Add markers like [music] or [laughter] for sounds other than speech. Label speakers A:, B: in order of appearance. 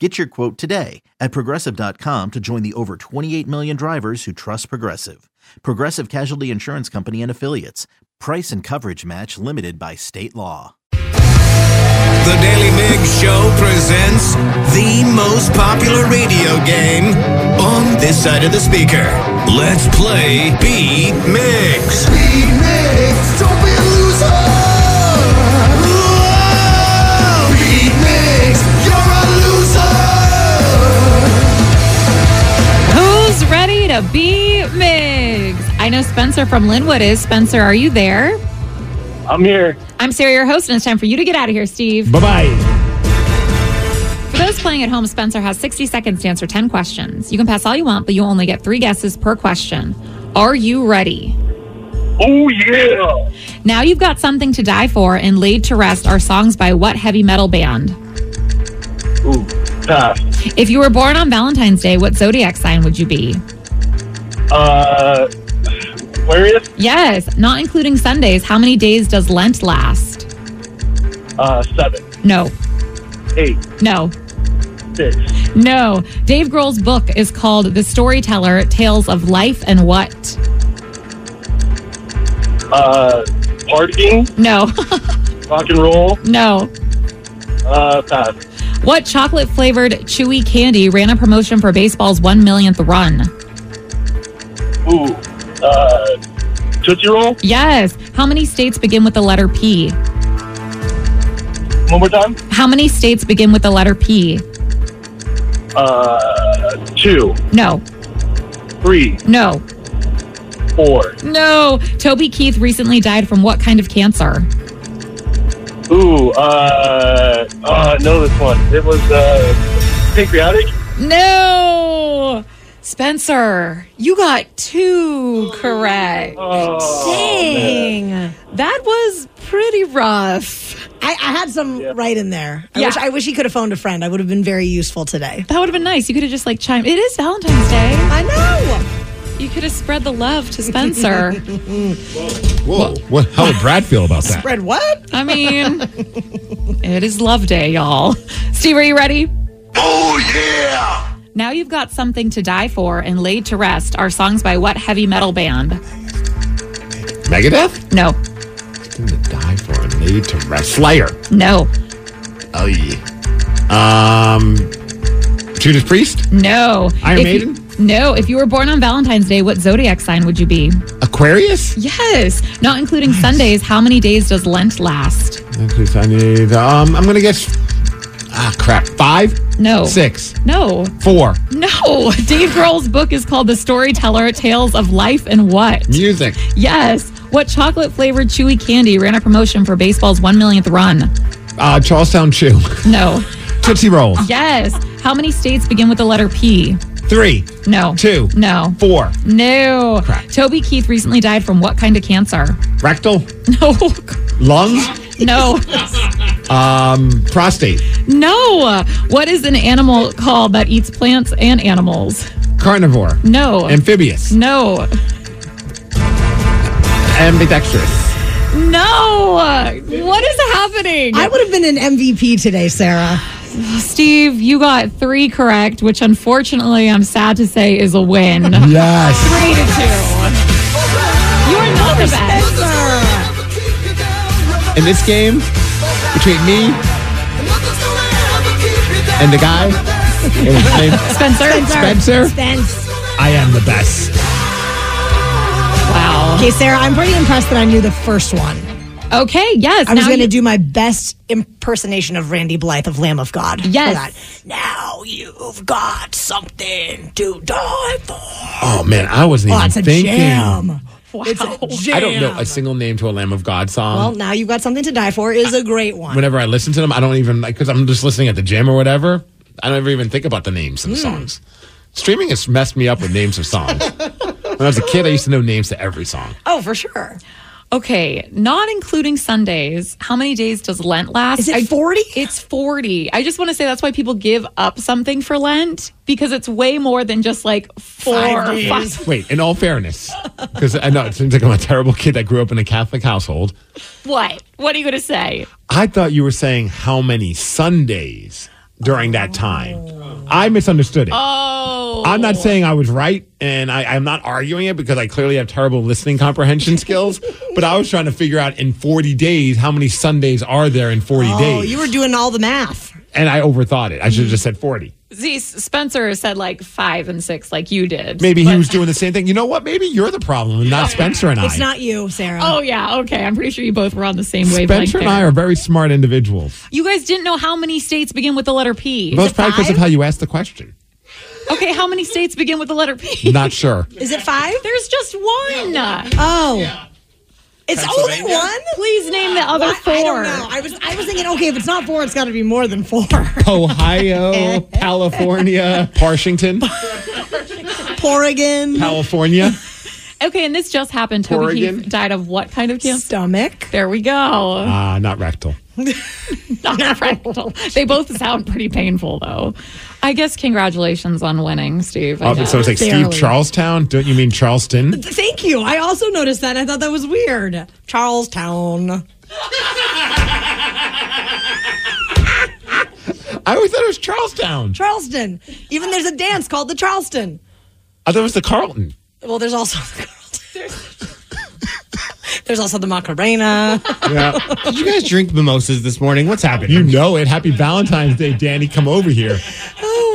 A: Get your quote today at progressive.com to join the over 28 million drivers who trust Progressive. Progressive Casualty Insurance Company and Affiliates. Price and coverage match limited by state law.
B: The Daily Mig Show presents the most popular radio game on this side of the speaker. Let's play Beat Mix. Beat Mix, don't be a loser. Beat Mix, you're a loser.
C: Who's ready to be Migs? I know Spencer from Linwood is. Spencer, are you there?
D: I'm here.
C: I'm Sarah, your host, and it's time for you to get out of here, Steve.
D: Bye bye.
C: For those playing at home, Spencer has 60 seconds to answer 10 questions. You can pass all you want, but you only get three guesses per question. Are you ready?
D: Oh yeah.
C: Now you've got something to die for, and Laid to Rest are songs by what heavy metal band?
D: Ooh, pass.
C: If you were born on Valentine's Day, what zodiac sign would you be?
D: Uh, Aquarius.
C: Yes, not including Sundays, how many days does Lent last?
D: Uh, seven,
C: No,
D: eight,
C: no,
D: six.
C: No. Dave Grohl's book is called The Storyteller Tales of Life and What?
D: Uh, partying,
C: No. [laughs]
D: rock and roll.
C: no.
D: Uh, pass.
C: What chocolate flavored chewy candy ran a promotion for baseball's one millionth run?
D: Ooh. Uh, tootsie roll.
C: Yes. How many states begin with the letter P?
D: One more time.
C: How many states begin with the letter P?
D: Uh, two,
C: No.
D: three,
C: No.
D: four.
C: No. Toby Keith recently died from what kind of cancer?
D: Ooh. Uh, uh, know this one. It was uh, pancreatic.
C: No. Spencer, you got two correct.
D: Oh.
C: Dang. That was pretty rough.
E: I, I had some right in there. I
C: Yeah.
E: wish I wish he could have phoned a friend. I would have been very useful today.
C: That would have been nice. You could have just like chimed. It is Valentine's Day.
E: I know.
C: You could have spread the love to Spencer.
F: Whoa. What, how would Brad feel about that?
E: Fred, what?
C: I mean, it is Love Day, y'all. Steve, are you ready?
B: Oh yeah.
C: Now you've got something to die for and laid to rest are songs by what heavy metal band?
F: Megadeth?
C: No,
F: Something to die for and laid to rest. Slayer.
C: no,
F: Oh, Um, Judas Priest?
C: no.
F: Iron
C: If you-
F: Maiden?
C: no. If you were born on Valentine's Day, what zodiac sign would you be?
F: Aquarius?
C: Yes. Not including Sundays, how many days does Lent last?
F: Aquarius, I need, um, I'm going to guess. Ah, crap. Five?
C: No.
F: Six?
C: No.
F: Four?
C: No, [laughs] Dave Grohl's book is called The Storyteller Tales of Life and What?
F: Music.
C: Yes. What chocolate flavored chewy candy ran a promotion for baseball's one millionth run?
F: Uh, Charlestown Chew.
C: No.
F: [laughs] Tootsie Roll.
C: Yes. How many states begin with the letter P?
F: Three.
C: No.
F: Two.
C: No.
F: Four.
C: No.
F: Crap.
C: Toby Keith recently died from what kind of cancer? [laughs]
F: Rectal.
C: No. [laughs]
F: Lungs.
C: No.
F: Um, prostate.
C: No. What is an animal called that eats plants and animals?
F: Carnivore.
C: No.
F: Amphibious.
C: No.
F: Ambidextrous.
C: No. What is happening?
E: I would have been an MVP today, Sarah.
C: Steve, you got three correct, which unfortunately I'm sad to say is a win. [laughs] three to two.
F: Yes.
C: You're not the best.
F: in this game between me and the guy What was his name?
C: Spencer.
F: Spencer?
E: Spence.
G: I am the best.
C: Wow.
E: Okay, Sarah, I'm pretty impressed that I knew the first one.
C: Okay. Yes.
E: I was
C: now
E: going to
C: you-
E: do my best impersonation of Randy Blythe of Lamb of God. for
C: Yes.
E: that. Now you've got something to die for.
F: Oh man, I wasn't
E: Oh,
F: even
E: it's a
F: thinking.
E: jam. It's a jam.
F: I don't know a single name to a Lamb of God song.
E: Well, now you've got something to die for is a great one.
F: Whenever I listen to them, I don't even like because I'm just listening at the gym or whatever. I don't ever even think about the names of
E: Hmm.
F: the songs. Streaming has messed me up with names
E: [laughs]
F: of songs. when I was a kid, I used to know names to every song.
E: Oh, for sure.
C: Okay, not including Sundays. How many days does Lent last?
E: Is it
C: I-
E: 40?
C: It's 40. I just want to say that's why people give up something for Lent because it's way more than just like four
E: Five
C: or
E: days.
C: five.
F: Wait, in all fairness, because I know it seems like I'm a terrible kid that grew up in a Catholic household.
C: What? What are you going to say?
F: I thought you were saying how many Sundays during that time. I misunderstood it.
C: Oh.
F: I'm not saying I was right, and I, I'm not arguing it because I clearly have terrible listening comprehension
E: [laughs]
F: skills. But I was trying to figure out in 40 days how many Sundays are there in 40
E: Oh,
F: days,
E: you were doing all the math.
F: and I overthought it. I should have just said 40.
E: Mm.
C: See, S- Spencer said like five and six, like you did.
F: Maybe he was doing the same thing. You know what? Maybe you're the problem, and not Spencer and I.
E: It's not you, Sarah.
C: Oh, yeah. Okay. I'm pretty sure you both were on the same wavelength.
F: Spencer and I
C: there.
F: are very smart individuals,
C: You guys didn't know how many states begin with the letter P.
F: most probably because of
E: five?
F: how you asked the question.
C: Okay, how many states begin with the letter P?
E: [laughs]
F: [laughs] Not sure.
E: Is it five?
C: There's just one.
E: Oh. It's only one?
C: Please name the other
E: I,
C: four.
E: I don't know. I was, I was thinking, okay, if it's not four, it's got to be more than four.
F: Ohio, California, Parshington,
E: Oregon.
F: California.
C: Okay, and this just happened. Toby
F: Oregon.
C: Keith died of what kind of cancer?
E: Stomach.
C: There we go.
F: Ah, not rectal.
C: [laughs] Not rectal. They both sound pretty painful, though. I guess congratulations on winning, Steve. I
F: Oh, so
C: guess.
F: it's like Steve
E: Barely.
F: Charlestown. Don't you mean Charleston?
E: Thank you. I also noticed that. I thought that was weird. Charlestown.
F: I always thought it was Charlestown.
E: Charleston. Even there's a dance called the Charleston.
F: I thought it was the Carlton.
E: Well, there's also the [laughs] There's also
C: [laughs]
E: the Macarena.
G: Did you guys drink mimosas this morning? What's happening?
F: You know it. Happy Valentine's Day, Danny. Come over here.
E: Oh